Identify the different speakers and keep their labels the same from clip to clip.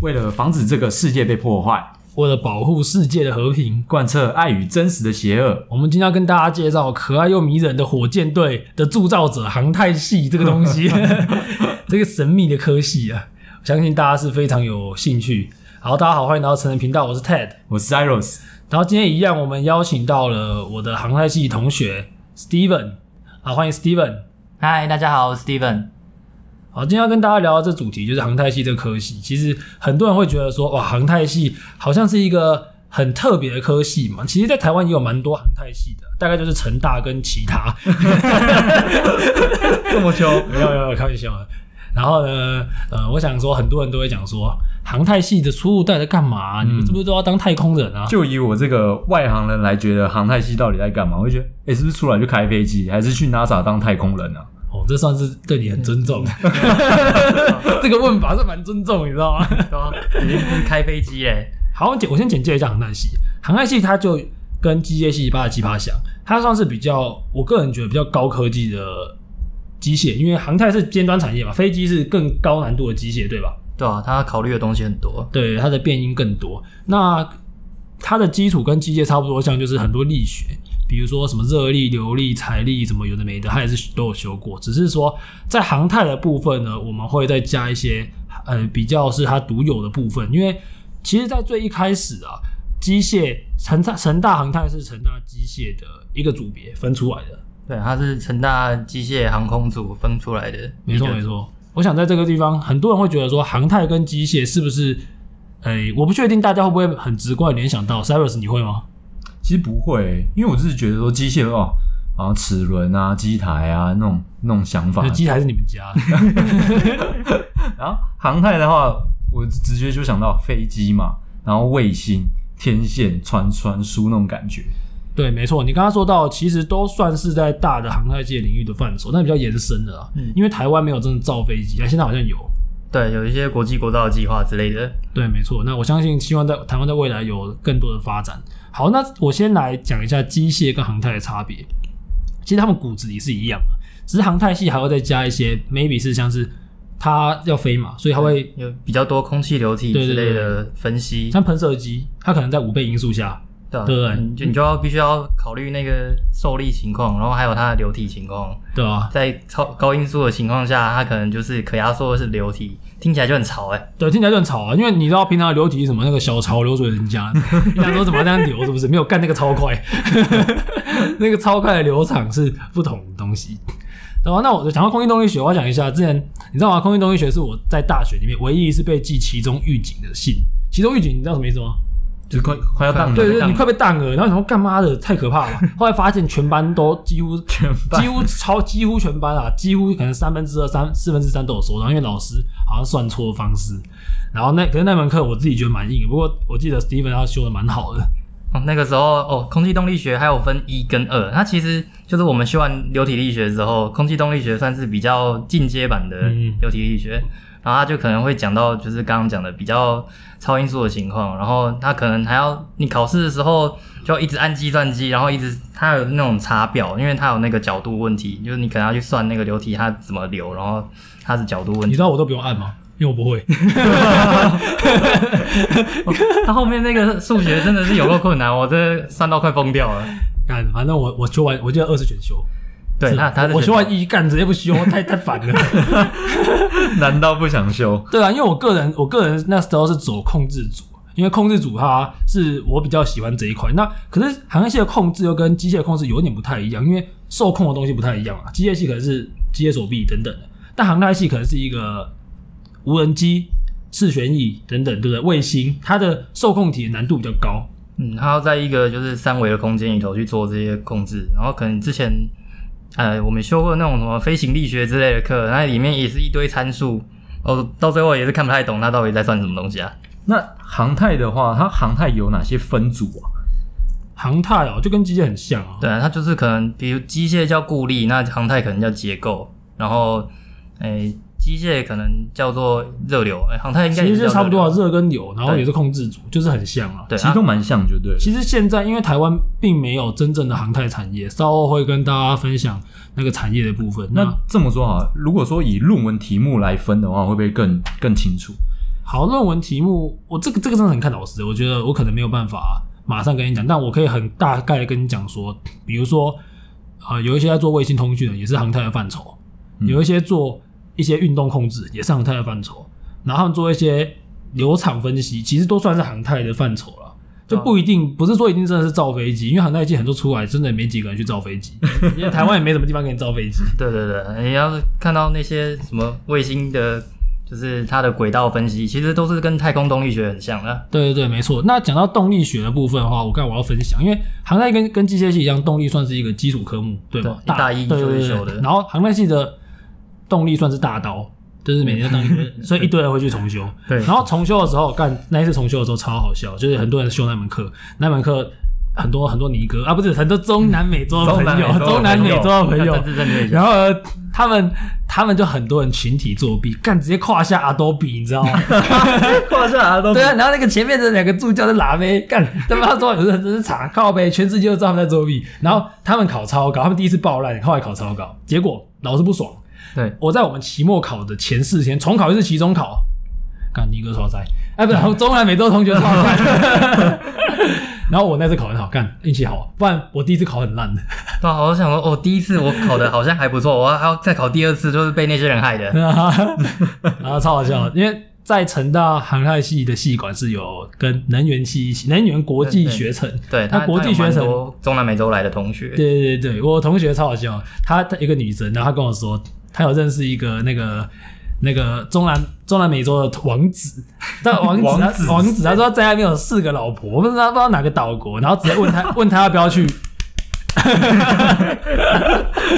Speaker 1: 为了防止这个世界被破坏，
Speaker 2: 为了保护世界的和平，
Speaker 1: 贯彻爱与真实的邪恶。
Speaker 2: 我们今天要跟大家介绍可爱又迷人的火箭队的铸造者航太系这个东西， 这个神秘的科系啊，我相信大家是非常有兴趣。好，大家好，欢迎来到成人频道，我是 Ted。
Speaker 1: 我是 Cyrus，
Speaker 2: 然后今天一样，我们邀请到了我的航太系同学 Steven，好，欢迎 Steven。
Speaker 3: 嗨，大家好，我是 Steven。
Speaker 2: 好，今天要跟大家聊到这主题就是航太系这个科系。其实很多人会觉得说，哇，航太系好像是一个很特别的科系嘛。其实，在台湾也有蛮多航太系的，大概就是成大跟其 他。
Speaker 1: 这么凶，
Speaker 2: 没有没有，开玩笑的。然后呢，呃，我想说，很多人都会讲说，航太系的出入到底在干嘛、
Speaker 3: 嗯
Speaker 2: 你们是不是都要当太空人啊？
Speaker 1: 就以我这个外行人来觉得航太系到底在干嘛？我会觉得，哎、是不是出来就开飞机，还是去 NASA 当太空人啊？
Speaker 2: 哦，这算是对你很尊重。 这个问法是蛮尊重，你知道吗？
Speaker 3: 啊已经不是开飞机嘞，
Speaker 2: 好，我简我先简介一下航太系。航太系它就跟机械系八十七八像，它算是比较，我个人觉得比较高科技的机械，因为航太是尖端产业嘛，飞机是更高难度的机械，对吧？
Speaker 3: 对啊，他考虑的东西很多，
Speaker 2: 对，它的变音更多。那它的基础跟机械差不多，像就是很多力学，比如说什么热力、流力、财力，什么有的没的，它也是都有修过。只是说在航太的部分呢，我们会再加一些呃比较是它独有的部分，因为其实，在最一开始啊，机械成大成大航太是成大机械的一个组别分出来的，
Speaker 3: 对，他是成大机械航空组分出来的，
Speaker 2: 没错没错，我想在这个地方，很多人会觉得说航太跟机械是不是？诶、我不确定大家会不会很直观地联想到 Cyrus，你会吗？
Speaker 1: 其实不会、因为我只是觉得说机械哦，然后齿轮啊、机台啊那种那种想法
Speaker 2: 那。机台是你们家，
Speaker 1: 然后航太的话，我直觉就想到飞机嘛，然后卫星、天线、传传输那种感觉。
Speaker 2: 对，没错。你刚刚说到，其实都算是在大的航太界领域的范畴，但比较延伸的啊。
Speaker 3: 嗯
Speaker 2: 因为台湾没有真的造飞机，但现在好像有。
Speaker 3: 对，有一些国际国造的计划之类的，
Speaker 2: 对，没错。那我相信，希望在台湾在未来有更多的发展。好，那我先来讲一下机械跟航太的差别。其实他们骨子里是一样的，只是航太系还会再加一些，maybe 是像是它要飞嘛，所以它会
Speaker 3: 有比较多空气流体
Speaker 2: 对对
Speaker 3: 之类
Speaker 2: 对
Speaker 3: 的分析，
Speaker 2: 像喷射机，它可能在五倍音速下，
Speaker 3: 对啊
Speaker 2: 对对对
Speaker 3: 你就你就要必须要考虑那个受力情况，然后还有它的流体情况，
Speaker 2: 对吧、
Speaker 3: 在超高音速的情况下，它可能就是可压缩的是流体，听起来就很潮哎、
Speaker 2: 对，听起来就很吵啊，因为你知道平常的流体是什么那个小潮流水人家，你想说怎么这样流是不是？没有干那个超快， 那个超快的流场是不同的东西。然后，那我讲到空气动力学，我要讲一下，之前你知道吗？空气动力学是我在大学里面唯一一次被记其中预警的信。其中预警，你知道什么意思吗？
Speaker 1: 就快快要当
Speaker 3: 嗯
Speaker 2: 对
Speaker 1: 了，
Speaker 2: 对，
Speaker 3: 当
Speaker 2: 你快被当了，然后想说干妈的太可怕了吧。后来发现全班都几乎
Speaker 1: 全班
Speaker 2: 几乎超几乎全班啊，几乎可能三分之二、三四分之三都有收到，因为老师好像算错方式。然后那可是那门课我自己觉得蛮硬的，不过我记得 Steven 他修的蛮好的。
Speaker 3: 哦，那个时候哦，空气动力学还有分一跟二，它其实就是我们修完流体力学之后，空气动力学算是比较进阶版的
Speaker 2: 嗯
Speaker 3: 流体力学，然后它就可能会讲到就是刚刚讲的比较超音速的情况，然后它可能还要你考试的时候就要一直按计算机，然后一直它有那种查表，因为它有那个角度问题，就是你可能要去算那个流体它怎么流，然后它是角度问
Speaker 2: 你
Speaker 3: 题
Speaker 2: 知。道我都不用按吗？因为我不会。
Speaker 3: 它后面那个数学真的是有够困难，我真的算到快疯掉了。
Speaker 2: 干，反正我我修完，我记得二次选修。
Speaker 3: 对，
Speaker 2: 是
Speaker 3: 它它是
Speaker 2: 我
Speaker 3: 选
Speaker 2: 修完一干直接不修，太太烦 了。
Speaker 1: 难道不想修？
Speaker 2: 对啊，因为我个人，我个人那时候是走控制组，因为控制组它是我比较喜欢这一块。那可是航空系的控制又跟机械控制有点不太一样，因为受控的东西不太一样啊。机械系可能是机械手臂等等的，但航太系可能是一个无人机、视旋翼等等，对不对？卫星它的受控体的难度比较高，
Speaker 3: 嗯，它要在一个就是三维的空间里头去做这些控制，然后可能之前呃我们修过那种什么飞行力学之类的课，那里面也是一堆参数，哦，到最后也是看不太懂它到底在算什么东西啊。
Speaker 1: 那航太的话，它航太有哪些分组啊？
Speaker 2: 航太哦就跟机械很像啊。
Speaker 3: 对啊，它就是可能比如机械叫固力，那航太可能叫结构，然后诶机械可能叫做热流，诶航太应该也
Speaker 2: 其实
Speaker 3: 是
Speaker 2: 就
Speaker 3: 叫
Speaker 2: 差不多啊，
Speaker 3: 热流。
Speaker 2: 热跟流，然后
Speaker 3: 对
Speaker 2: 也是控制组，就是很像啊。
Speaker 3: 对
Speaker 1: 其实
Speaker 3: 啊
Speaker 1: 都，蛮像，就对了。
Speaker 2: 其实现在因为台湾并没有真正的航太产业，稍后会跟大家分享那个产业的部分。那
Speaker 1: 那这么说好了，如果说以论文题目来分的话，会不会更更清楚？
Speaker 2: 好，论文题目，我这个这个真的很看老师，我觉得我可能没有办法马上跟你讲，但我可以很大概地跟你讲说，比如说，呃，有一些在做卫星通讯的，也是航太的范畴；
Speaker 1: 嗯
Speaker 2: 有一些做一些运动控制，也是航太的范畴；然后他们做一些流场分析，其实都算是航太的范畴了。就
Speaker 3: 对啊
Speaker 2: 不一定，不是说一定真的是造飞机，因为航太界很多出来真的没几个人去 造飞机，因为台湾也没什么地方给你造飞机。
Speaker 3: 对对对，你要是看到那些什么卫星的，就是它的轨道分析，其实都是跟太空动力学很像的。
Speaker 2: 对对对，没错。那讲到动力学的部分的话，我刚才我要分享，因为航太跟跟机械系一样，动力算是一个基础科目，对吗？
Speaker 3: 对一大一
Speaker 2: 对对
Speaker 3: 就
Speaker 2: 对
Speaker 3: 是修
Speaker 2: 对
Speaker 3: 的
Speaker 2: 然后航太系的动力算是大刀，就是每年当一堆，所以一堆人会去重修。
Speaker 3: 嗯对
Speaker 2: 然后重修的时候，干那一次重修的时候超好笑，就是很多人修那门课，那门课。很多很多尼哥啊，不是很多中南美洲的朋友，中
Speaker 1: 中南
Speaker 2: 南美
Speaker 1: 美
Speaker 2: 洲
Speaker 1: 洲
Speaker 2: 的
Speaker 1: 的
Speaker 2: 朋
Speaker 1: 朋
Speaker 2: 友
Speaker 3: 要，政治正确一下
Speaker 2: 然后呢他们他们就很多人群体作弊，干直接跨下 Adobe，你知道吗？
Speaker 1: 胯下来都
Speaker 2: 对啊，然后那个前面的两个助教在拉呗，干他妈说有人真 是查靠呗，全世界都知道他们在作弊。然后他们考超高，他们第一次爆烂，后来考超高，结果老师不爽。
Speaker 3: 对，
Speaker 2: 我在我们期末考的前四天重考一次期中考，干尼哥超塞，哎，不是中南美洲同学超塞。然后我那次考很好，干运气好，不然我第一次考很烂 的。
Speaker 3: 哇，好想说，哦，第一次我考的好像还不错，我还要再考第二次，就是被那些人害的。
Speaker 2: 然啊后超好笑的，因为在成大航太系的系馆是有跟能源系一起、能源国际学程，
Speaker 3: 对，他
Speaker 2: 那国际学
Speaker 3: 他有蛮
Speaker 2: 程
Speaker 3: 多中南美洲来的同学，
Speaker 2: 对对对，我同学超好笑，她她一个女生，然后她跟我说，她有认识一个那个那个中南中南美洲的王子，但王子
Speaker 1: 王
Speaker 2: 他
Speaker 1: 子
Speaker 2: 王子他说他在那边有四个老婆，我不知道不知道哪个岛国，然后直接问他 问他要不要去，
Speaker 1: 他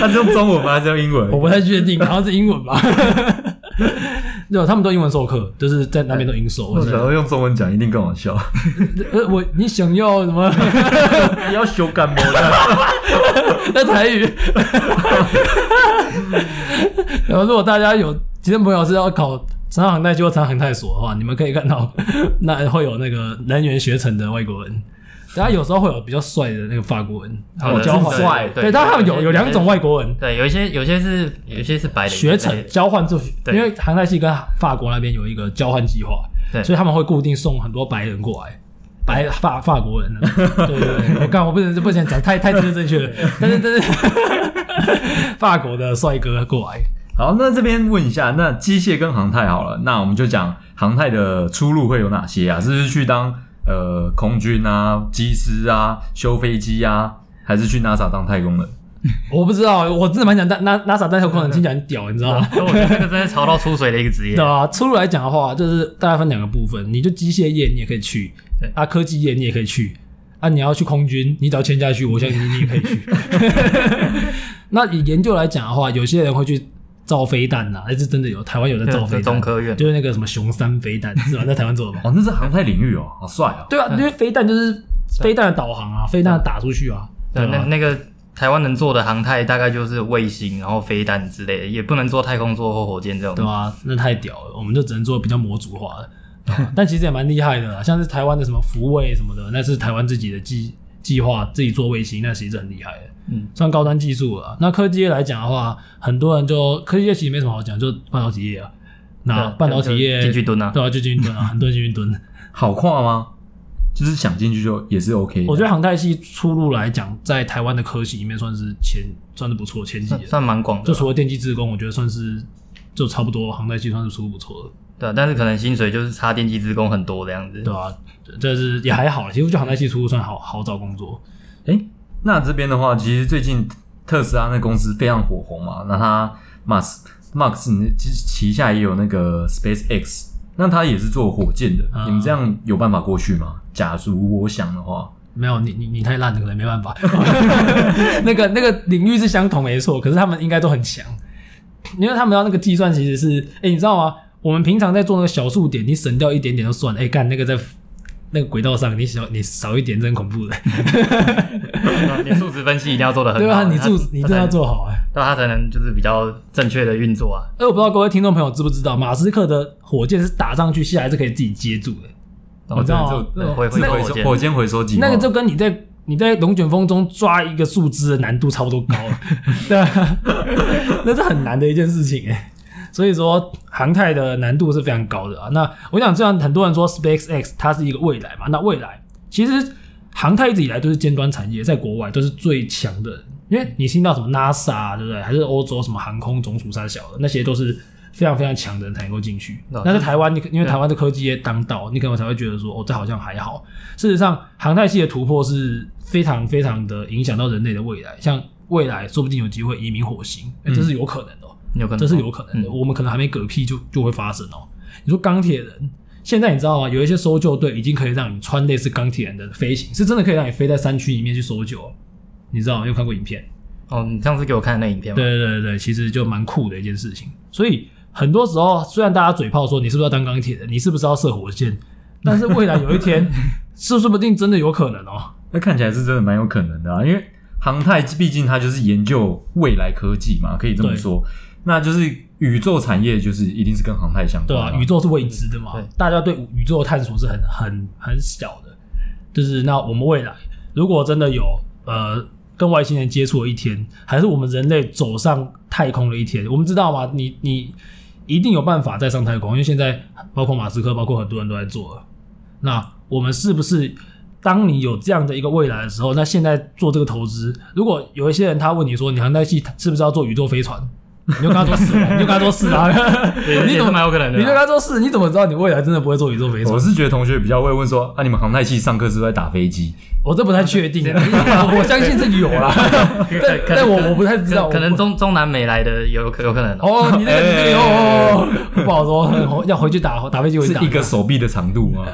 Speaker 1: 是用中文吗？还是用英文
Speaker 2: 我？不太确定，好像是英文吧。 对，他们都英文授课，就是在那边都英授。我
Speaker 1: 我
Speaker 2: 觉
Speaker 1: 想
Speaker 2: 得
Speaker 1: 要用中文讲，一定更好笑。
Speaker 2: 呃，我你想要什么？
Speaker 1: 你要修干吗？
Speaker 2: 那台语。然后，如果大家有今天朋友是要考长航代系或长航太所的话，你们可以看到 那会有那个能源学程的外国人，大家有时候会有比较帅的那个法国人，然后
Speaker 3: 好的
Speaker 2: 交
Speaker 3: 哦是帅
Speaker 2: 换。
Speaker 3: 对
Speaker 2: 对，但他们有
Speaker 3: 对
Speaker 2: 有两种外国人
Speaker 3: 对，有一些有些是有些是白领
Speaker 2: 学
Speaker 3: 之类
Speaker 2: 程
Speaker 3: 的
Speaker 2: 交换做，因
Speaker 3: 对
Speaker 2: 为航太系跟法国那边有一个交换计划，
Speaker 3: 对
Speaker 2: 所以他们会固定送很多白人过来。白法法国人啊，对 对对，我刚我不能不想讲太太政治正确了，但是但是 法国的帅哥过来，
Speaker 1: 好，那这边问一下，那机械跟航太好了，那我们就讲航太的出路会有哪些啊？是不是去当呃空军啊、机师啊、修飞机啊，还是去 NASA 当太空人？
Speaker 2: 我不知道，我真的蛮想当拿拿撒单头空人，听起来很屌，你知道吗？
Speaker 3: 所以我觉得这个真的潮到出水的一个职业
Speaker 2: 对。啊，出路来讲的话，就是大概分两个部分，你就机械业你也可以去
Speaker 3: 对，
Speaker 2: 啊科技业你也可以去，啊你要去空军，你只要签下去，我相信你也可以去。 那以研究来讲的话，有些人会去造飞弹呐、那是真的有，台湾有在造
Speaker 3: 对，
Speaker 2: 飞
Speaker 3: 是
Speaker 2: 弹
Speaker 3: 中，科院
Speaker 2: 就是那个什么熊三飞弹，是吧？在台湾做的吗？
Speaker 1: 哦，那是航太领域哦，好帅哦！
Speaker 2: 对啊，因为飞弹就是飞弹的导航啊，飞弹的打出去啊，
Speaker 3: 对，那
Speaker 2: 吧？
Speaker 3: 那个台湾能做的航太大概就是卫星，然后飞弹之类的，也不能做太空做或火箭这种。
Speaker 2: 对啊，那太屌了，我们就只能做比较模组化的，对吧但其实也蛮厉害的啦，像是台湾的什么福卫什么的，那是台湾自己的计计划，自己做卫星，那其实很厉害的，
Speaker 3: 嗯，
Speaker 2: 算高端技术了啊。那科技业来讲的话，很多人就科技业其实没什么好讲，就半导体业啊，
Speaker 3: 对
Speaker 2: 那
Speaker 3: 啊
Speaker 2: 半导体业
Speaker 3: 就进去蹲啊
Speaker 2: 对啊，就进去蹲啊，很多人进 去蹲。
Speaker 1: 好跨吗？就是想进去就也是 OK 的。
Speaker 2: 我觉得航太系出路来讲，在台湾的科系里面算是前算是不错前几
Speaker 3: 算
Speaker 2: 的，
Speaker 3: 算蛮广
Speaker 2: 就
Speaker 3: 的，
Speaker 2: 除了电机自工，我觉得算是就差不多，航太系算是出路不错的。
Speaker 3: 对啊，但是可能薪水就是差电机职工很多这样子。
Speaker 2: 对啊，这这是也还好，其实就航太系出入算好好找工作。
Speaker 1: 诶，那这边的话，其实最近特斯拉那公司非常火红嘛，那它 Max Max 其实旗下也有那个 SpaceX，那它也是做火箭的，
Speaker 2: 啊
Speaker 1: 你们这样有办法过去吗？假如我想的话，
Speaker 2: 没有你你你太烂了，可能没办法。那个那个领域是相同没错，可是他们应该都很强，因为他们要那个计算其实是，哎、你知道吗？我们平常在做那个小数点，你省掉一点点就算，哎、干那个在那个轨道上，你少你少一点，真恐怖的，
Speaker 3: 对，你数值分析一定要做的很好。欸
Speaker 2: 对啊，你
Speaker 3: 它
Speaker 2: 做你真的要，做好啊、
Speaker 3: 那它才能就是比较正确的运作啊。
Speaker 2: 哎、我不知道各位听众朋友知不知道，马斯克的火箭是打上去下来是可以自己接住的，你知道啊吗
Speaker 1: 对
Speaker 3: 对回
Speaker 1: 哦这
Speaker 3: 回收
Speaker 1: 回
Speaker 3: 火
Speaker 1: 收
Speaker 3: 箭
Speaker 1: 火箭回收机嘛，
Speaker 2: 那个就跟你在你在龙卷风中抓一个树枝的难度差不多高了，对啊，那是很难的一件事情哎、所以说航太的难度是非常高的啊。那我想，这样很多人说 SpaceX 它是一个未来嘛，那未来其实航太一直以来都是尖端产业，在国外都是最强的，因为你听到什么 NASA 啊对不对？还是欧洲什么航空总署三小的那些都是。非常非常强的人才能够进去。
Speaker 3: 那
Speaker 2: 那在台湾，你可因为台湾的科技业当道，你可能才会觉得说，哦，这好像还好。事实上，航太系的突破是非常非常的影响到人类的未来，像未来说不定有机会移民火星，哎、这是有可能的、哦，嗯
Speaker 3: 有可能
Speaker 2: 这是有可能的。我们可能还没嗝屁就就会发生哦。你说钢铁人，现在你知道吗？啊有一些搜救队已经可以让你穿类似钢铁人的飞行，是真的可以让你飞在山区里面去搜救哦、你知道吗？有看过影片？
Speaker 3: 哦，你上次给我看的那影片吗？
Speaker 2: 对对对对，其实就蛮酷的一件事情。所以很多时候，虽然大家嘴炮说你是不是要当钢铁人，你是不是要射火箭，但是未来有一 天，是说不定真的有可能哦。
Speaker 1: 那看起来是真的蛮有可能的啊，因为航太毕竟它就是研究未来科技嘛，可以这么
Speaker 2: 对
Speaker 1: 说。那就是宇宙产业，就是一定是跟航太相
Speaker 2: 对
Speaker 1: 关、
Speaker 2: 啊，宇宙是未知的嘛
Speaker 3: 对，
Speaker 2: 大家对宇宙的探索是很很很小的。就是那我们未来如果真的有呃跟外星人接触的一天，还是我们人类走上太空的一天，我们知道吗？你你一定有办法再上太空，因为现在包括马斯克，包括很多人都在做了。那我们是不是当你有这样的一个未来的时候，那现在做这个投资，如果有一些人他问你说你航太系是不是要做宇宙飞船？你就跟他说是啊，你就跟他说是啊，你
Speaker 3: 你
Speaker 2: 怎
Speaker 3: 怎
Speaker 2: 么
Speaker 3: 么蛮有可能的
Speaker 2: 你对
Speaker 3: 啊？
Speaker 2: 他说是，你怎么知道你未来真的不会做宇宙飞船
Speaker 1: 我？是觉得同学比较会问说，啊，你们航太系上课是不是在打飞机？
Speaker 2: 我这不太确 定，我我相信是有啦，但
Speaker 3: 可
Speaker 2: 但我我不太知道，
Speaker 3: 可可能
Speaker 2: 我
Speaker 3: 中中南美来的有可有可能哦。
Speaker 2: 哦，你那个你 那
Speaker 1: 哎
Speaker 2: 个哦，哦不好说，要回去打打飞机回去
Speaker 1: 是
Speaker 2: 打
Speaker 1: 一个手臂的长度 吗？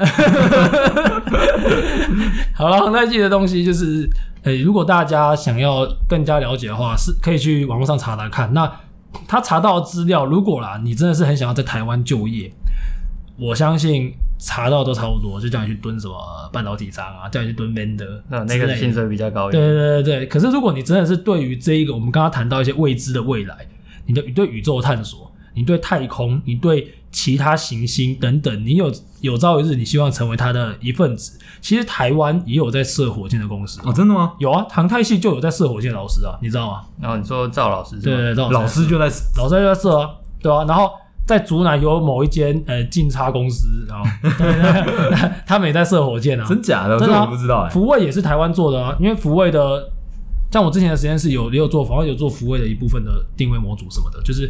Speaker 2: 好了，航太系的东西就是，呃、如果大家想要更加了解的话，是可以去网络上查查看。那他查到的资料，如果啦，你真的是很想要在台湾就业，我相信查到都差不多，就叫你去蹲什么半导体章啊，叫你去蹲 vendor，
Speaker 3: 啊那那个薪水比较高一
Speaker 2: 对
Speaker 3: 点，
Speaker 2: 对对对，可是如果你真的是对于这一个我们刚刚谈到一些未知的未来，你的你对宇宙探索，你对太空，你对其他行星等等，你有有朝一日你希望成为它的一份子，其实台湾也有在射火箭的公司，
Speaker 1: 哦，真的吗？
Speaker 2: 有啊，航太系就有在射火箭的老师啊，你知道吗？
Speaker 3: 然后你说赵老师是
Speaker 2: 对
Speaker 3: 吗？
Speaker 2: 对对，
Speaker 1: 老师就在
Speaker 2: 老师就在射啊，对啊，然后。在竹南有某一间呃进差公司， 然后对对对他们也在 射火箭啊，
Speaker 1: 真假的，
Speaker 2: 真
Speaker 1: 这
Speaker 2: 的啊
Speaker 1: 我不知道哎、
Speaker 2: 福卫也是台湾做的啊，因为福卫的，像我之前的实验室有也有做，反正有做福卫的一部分的定位模组什么的，就是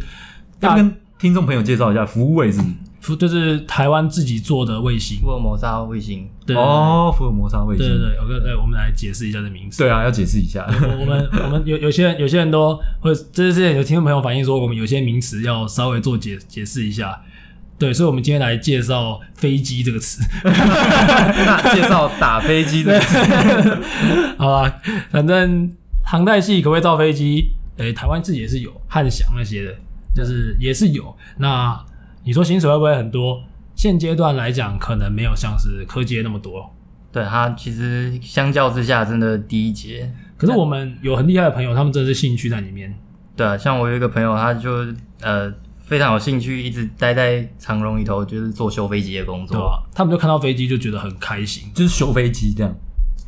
Speaker 1: 要
Speaker 2: 大
Speaker 1: 跟听众朋友介绍一下，服务位置
Speaker 2: 福就是台湾自己做的卫星。
Speaker 3: 福尔摩沙卫星，
Speaker 2: 对
Speaker 1: 哦，福尔摩沙卫
Speaker 2: 对
Speaker 1: 星。
Speaker 2: 对对，有个对，我们来解释一下这名词。
Speaker 1: 对啊，要解释一 下。
Speaker 2: 我我们我们有有些人有些人都会，就是之前有听众朋友反映说，我们有些名词要稍微做解解释一下。对，所以我们今天来介绍“飞机”这个词。
Speaker 1: 那介绍打飞机的，
Speaker 2: 好吧，反正航太系可不可以造飞机？诶、台湾自己也是有汉翔那些的，就是也是有。那你说薪水会不会很多？现阶段来讲，可能没有像是科技业那么多。
Speaker 3: 对它其实相较之下真的低一截。
Speaker 2: 可是我们有很厉害的朋友，他们真的是兴趣在里面。
Speaker 3: 对啊，像我有一个朋友，他就呃非常有兴趣，一直待在长荣里头，就是做修飞机的工
Speaker 2: 对
Speaker 3: 作。
Speaker 2: 吧？他们就看到飞机就觉得很开心。
Speaker 1: 就是修飞机这样，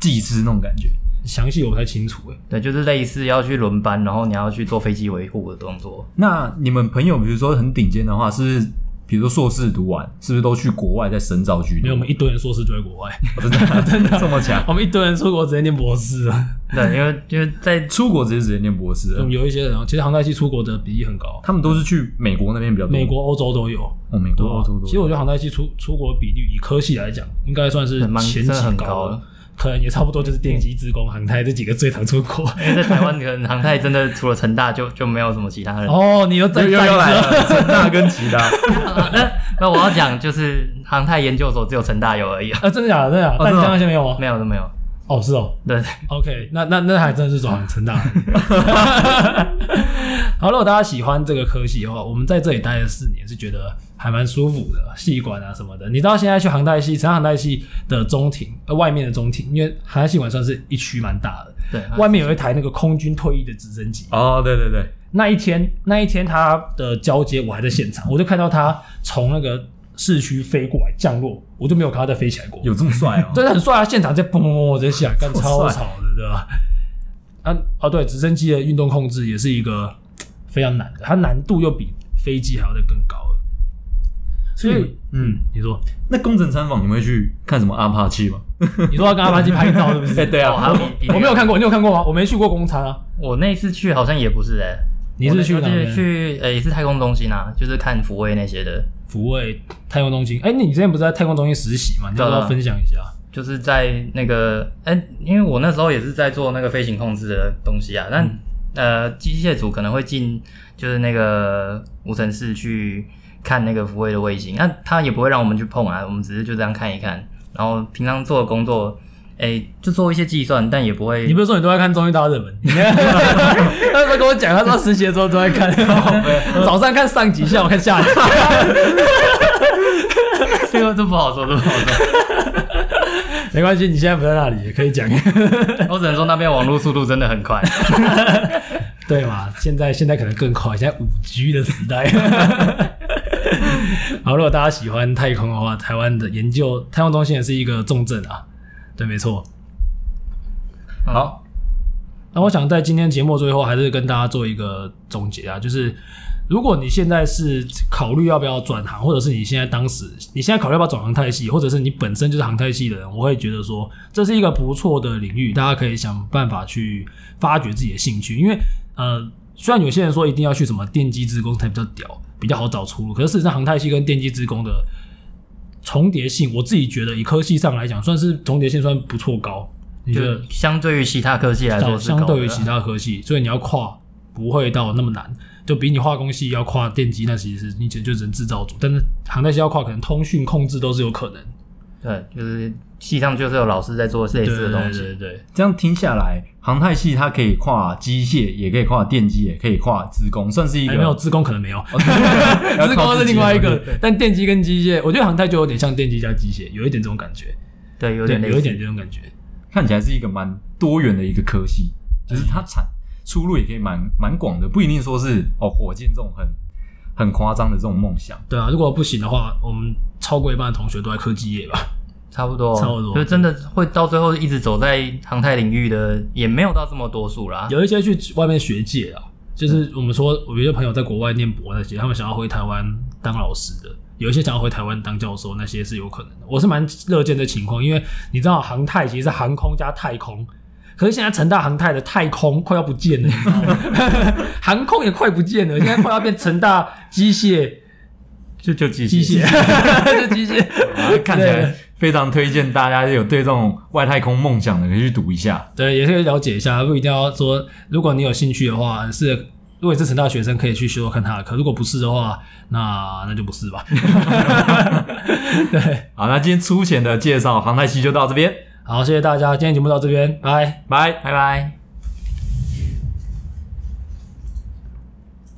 Speaker 1: 技师那种感觉。
Speaker 2: 详细我不太清楚诶、
Speaker 3: 对，就是类似要去轮班，然后你要去做飞机维护的动作。
Speaker 1: 那你们朋友，比如说很顶尖的话，是不是比如说硕士读完，是不是都去国外再深造居
Speaker 2: 因为
Speaker 1: 留
Speaker 2: 我？们一堆人硕士就在国外，
Speaker 1: 哦真的真的这么强？
Speaker 2: 我们一堆人出国直接念博士啊。
Speaker 3: 对，因为因为在
Speaker 1: 出国直接直接念博士
Speaker 2: 我
Speaker 1: 了，
Speaker 2: 们有一些人哦，其实航太系出国的比例很高，
Speaker 1: 他们都是去美国那边比较多。
Speaker 2: 美国、欧洲都有。
Speaker 1: 哦，美国、
Speaker 2: 对啊
Speaker 1: 欧洲都有。
Speaker 2: 其实我觉得航太系出出国比率以科系来讲，应该算是
Speaker 3: 蛮
Speaker 2: 前
Speaker 3: 真的
Speaker 2: 几
Speaker 3: 很
Speaker 2: 高
Speaker 3: 高
Speaker 2: 了
Speaker 3: 了，
Speaker 2: 可能也差不多就是电机、自工、航太这几个最常出国。
Speaker 3: 因为在台湾可能航太真的除了成大就就没有什么其他人。
Speaker 2: 哦，你又再
Speaker 1: 又又
Speaker 2: 再
Speaker 1: 又来
Speaker 2: 一次
Speaker 1: 了，成大跟其他。
Speaker 3: 那我要讲就是航太研究所只有成大有而已，
Speaker 2: 啊，真的假的？真的假的？淡
Speaker 1: 真的
Speaker 2: 江
Speaker 1: 哦
Speaker 2: 那些没有吗？
Speaker 3: 没有都没有。
Speaker 2: 哦，是哦。
Speaker 3: 对，
Speaker 2: OK，那那那还真的是转成大。好，如果大家喜欢这个科系的话，我们在这里待了四年，是觉得还蛮舒服的，系馆啊什么的。你知道现在去航太系，成航太系的中庭，呃，外面的中庭，因为航太系馆算是一区蛮大的，
Speaker 3: 对
Speaker 2: 外面有一台那个空军退役的直升机。
Speaker 1: 哦，对对对，
Speaker 2: 那一天，那一天他的交接我还在现场，我就看到他从那个市区飞过来降落，我就没有看到他再飞起来过。
Speaker 1: 有这么帅哦？
Speaker 2: 真的很帅啊！现场在砰砰砰直接起来，干
Speaker 1: 超
Speaker 2: 超
Speaker 1: 帅
Speaker 2: 吵的，对吧？啊哦，对，直升机的运动控制也是一个嘖非常难的，它难度又比飞机还要再更高了。所以
Speaker 1: 嗯，
Speaker 2: 你说，
Speaker 1: 那工程参访你们会去看什么阿帕奇吗？
Speaker 2: 你说要跟阿巴基拍照是不
Speaker 1: 哎，
Speaker 2: 是？
Speaker 1: 对
Speaker 3: 哦还
Speaker 1: 啊，
Speaker 3: 有比比那
Speaker 2: 我
Speaker 3: 个
Speaker 2: 没有看过，你有看过吗？我没去过公餐啊。
Speaker 3: 我那一次去好像也不是哎、
Speaker 2: 你是去
Speaker 3: 我
Speaker 2: 哪
Speaker 3: 那我是
Speaker 2: 边？
Speaker 3: 去呃、也是太空中心啊，就是看抚慰那些的，
Speaker 2: 抚慰太空中心。哎，你之前不是在太空中心实习吗？你要不
Speaker 3: 对啊
Speaker 2: 要分享一下？
Speaker 3: 就是在那个哎、因为我那时候也是在做那个飞行控制的东西啊，但、呃机械组可能会进就是那个无尘室去看那个抚慰的卫星，那他也不会让我们去碰啊，我们只是就这样看一看，然后平常做的工作。哎、就做一些计算，但也不会。
Speaker 2: 你不是说你都在看《综艺大 热门》？你看他不是跟我讲，他说实习的时候都 在看，
Speaker 3: 哦
Speaker 2: 早上看上集，下午看下集。
Speaker 3: 这个这不好说，这不好说。
Speaker 2: 没关系，你现在不在那里，也可以讲，
Speaker 3: 我只能说那边网络速度真的很 快。
Speaker 2: 对嘛？现在现在可能更快，现在五 G 的时代。 好，如果大家喜欢太空的话，台湾的研究太空中心也是一个重镇啊。对，没错。
Speaker 1: 好，
Speaker 2: 那我想在今天节目最后，还是跟大家做一个总结啊，就是如果你现在是考虑要不要转行，或者是你现在当时你现在考虑要不要转航太系，或者是你本身就是航太系的人，我会觉得说这是一个不错的领域，大家可以想办法去发掘自己的兴趣，因为呃，虽然有些人说一定要去什么电机职工才比较屌，比较好找出路，可是事实上航太系跟电机职工的重叠性，我自己觉得以科系上来讲，算是重叠性算不错高。你觉得
Speaker 3: 就相对于其他科系来说是
Speaker 2: 相
Speaker 3: 高
Speaker 2: 对于
Speaker 3: 的
Speaker 2: 其他科系，所以你要跨不会到那么难，就比你化工系要跨电机，那其实是你就就人制造组，但是航太系要跨，可能通讯控制都是有可能。
Speaker 3: 对，就是系上就是有老师在做类似
Speaker 2: 对对
Speaker 3: 的东
Speaker 2: 对对
Speaker 3: 西。
Speaker 2: 对，
Speaker 1: 这样听下来，航太系它可以跨机械，也可以跨电机，也可以跨资工，算是一
Speaker 2: 还
Speaker 1: 个
Speaker 2: 哎没有自工可能没
Speaker 3: 哦
Speaker 2: 有，
Speaker 1: 要
Speaker 2: 自
Speaker 1: 靠
Speaker 2: 工
Speaker 1: 自
Speaker 2: 是
Speaker 1: 己
Speaker 2: 另外一
Speaker 1: 努
Speaker 2: 个
Speaker 1: 力，
Speaker 2: 但电机跟机械，我觉得航太就有点像电机加机械，有一点这种感觉，
Speaker 3: 对，有
Speaker 2: 有
Speaker 3: 点类似
Speaker 2: 有一点这种感觉。
Speaker 1: 看起来是一个蛮多元的一个科系，就是它产出路也可以蛮蛮广的，不一定说是哦火箭这种很很夸张的这种梦想。
Speaker 2: 对啊，如果不行的话，我们超过一半的同学都在科技业吧？
Speaker 3: 差不多，
Speaker 2: 差不多
Speaker 3: 就真的会到最后一直走在航太领域的，也没有到这么多数啦。
Speaker 2: 有一些去外面学界啊，就是我们说，我有些朋友在国外念博那些，他们想要回台湾当老师的，有一些想要回台湾当教授，那些是有可能的。我是蛮乐见的情况，因为你知道航太其实是航空加太空。可是现在成大航太的太空 快要不见了，你知道吗？ 航空也快不见了，现在快要变成大机械，
Speaker 3: 就就机
Speaker 2: 机械， 就机械。
Speaker 1: 看起来非常推荐大家有对这种外太空梦想的，可以去读一下。
Speaker 2: 对，也可以了解一下，不一定要说，如果你有兴趣的话，是如果你是成大学生，可以去修修看他的课；如果不是的话，那那就不是吧。 对，
Speaker 1: 好，那今天粗浅的介绍航太系就到这边，
Speaker 2: 好，谢谢大家，今天节目到这边，拜。
Speaker 1: 拜。
Speaker 3: 拜拜。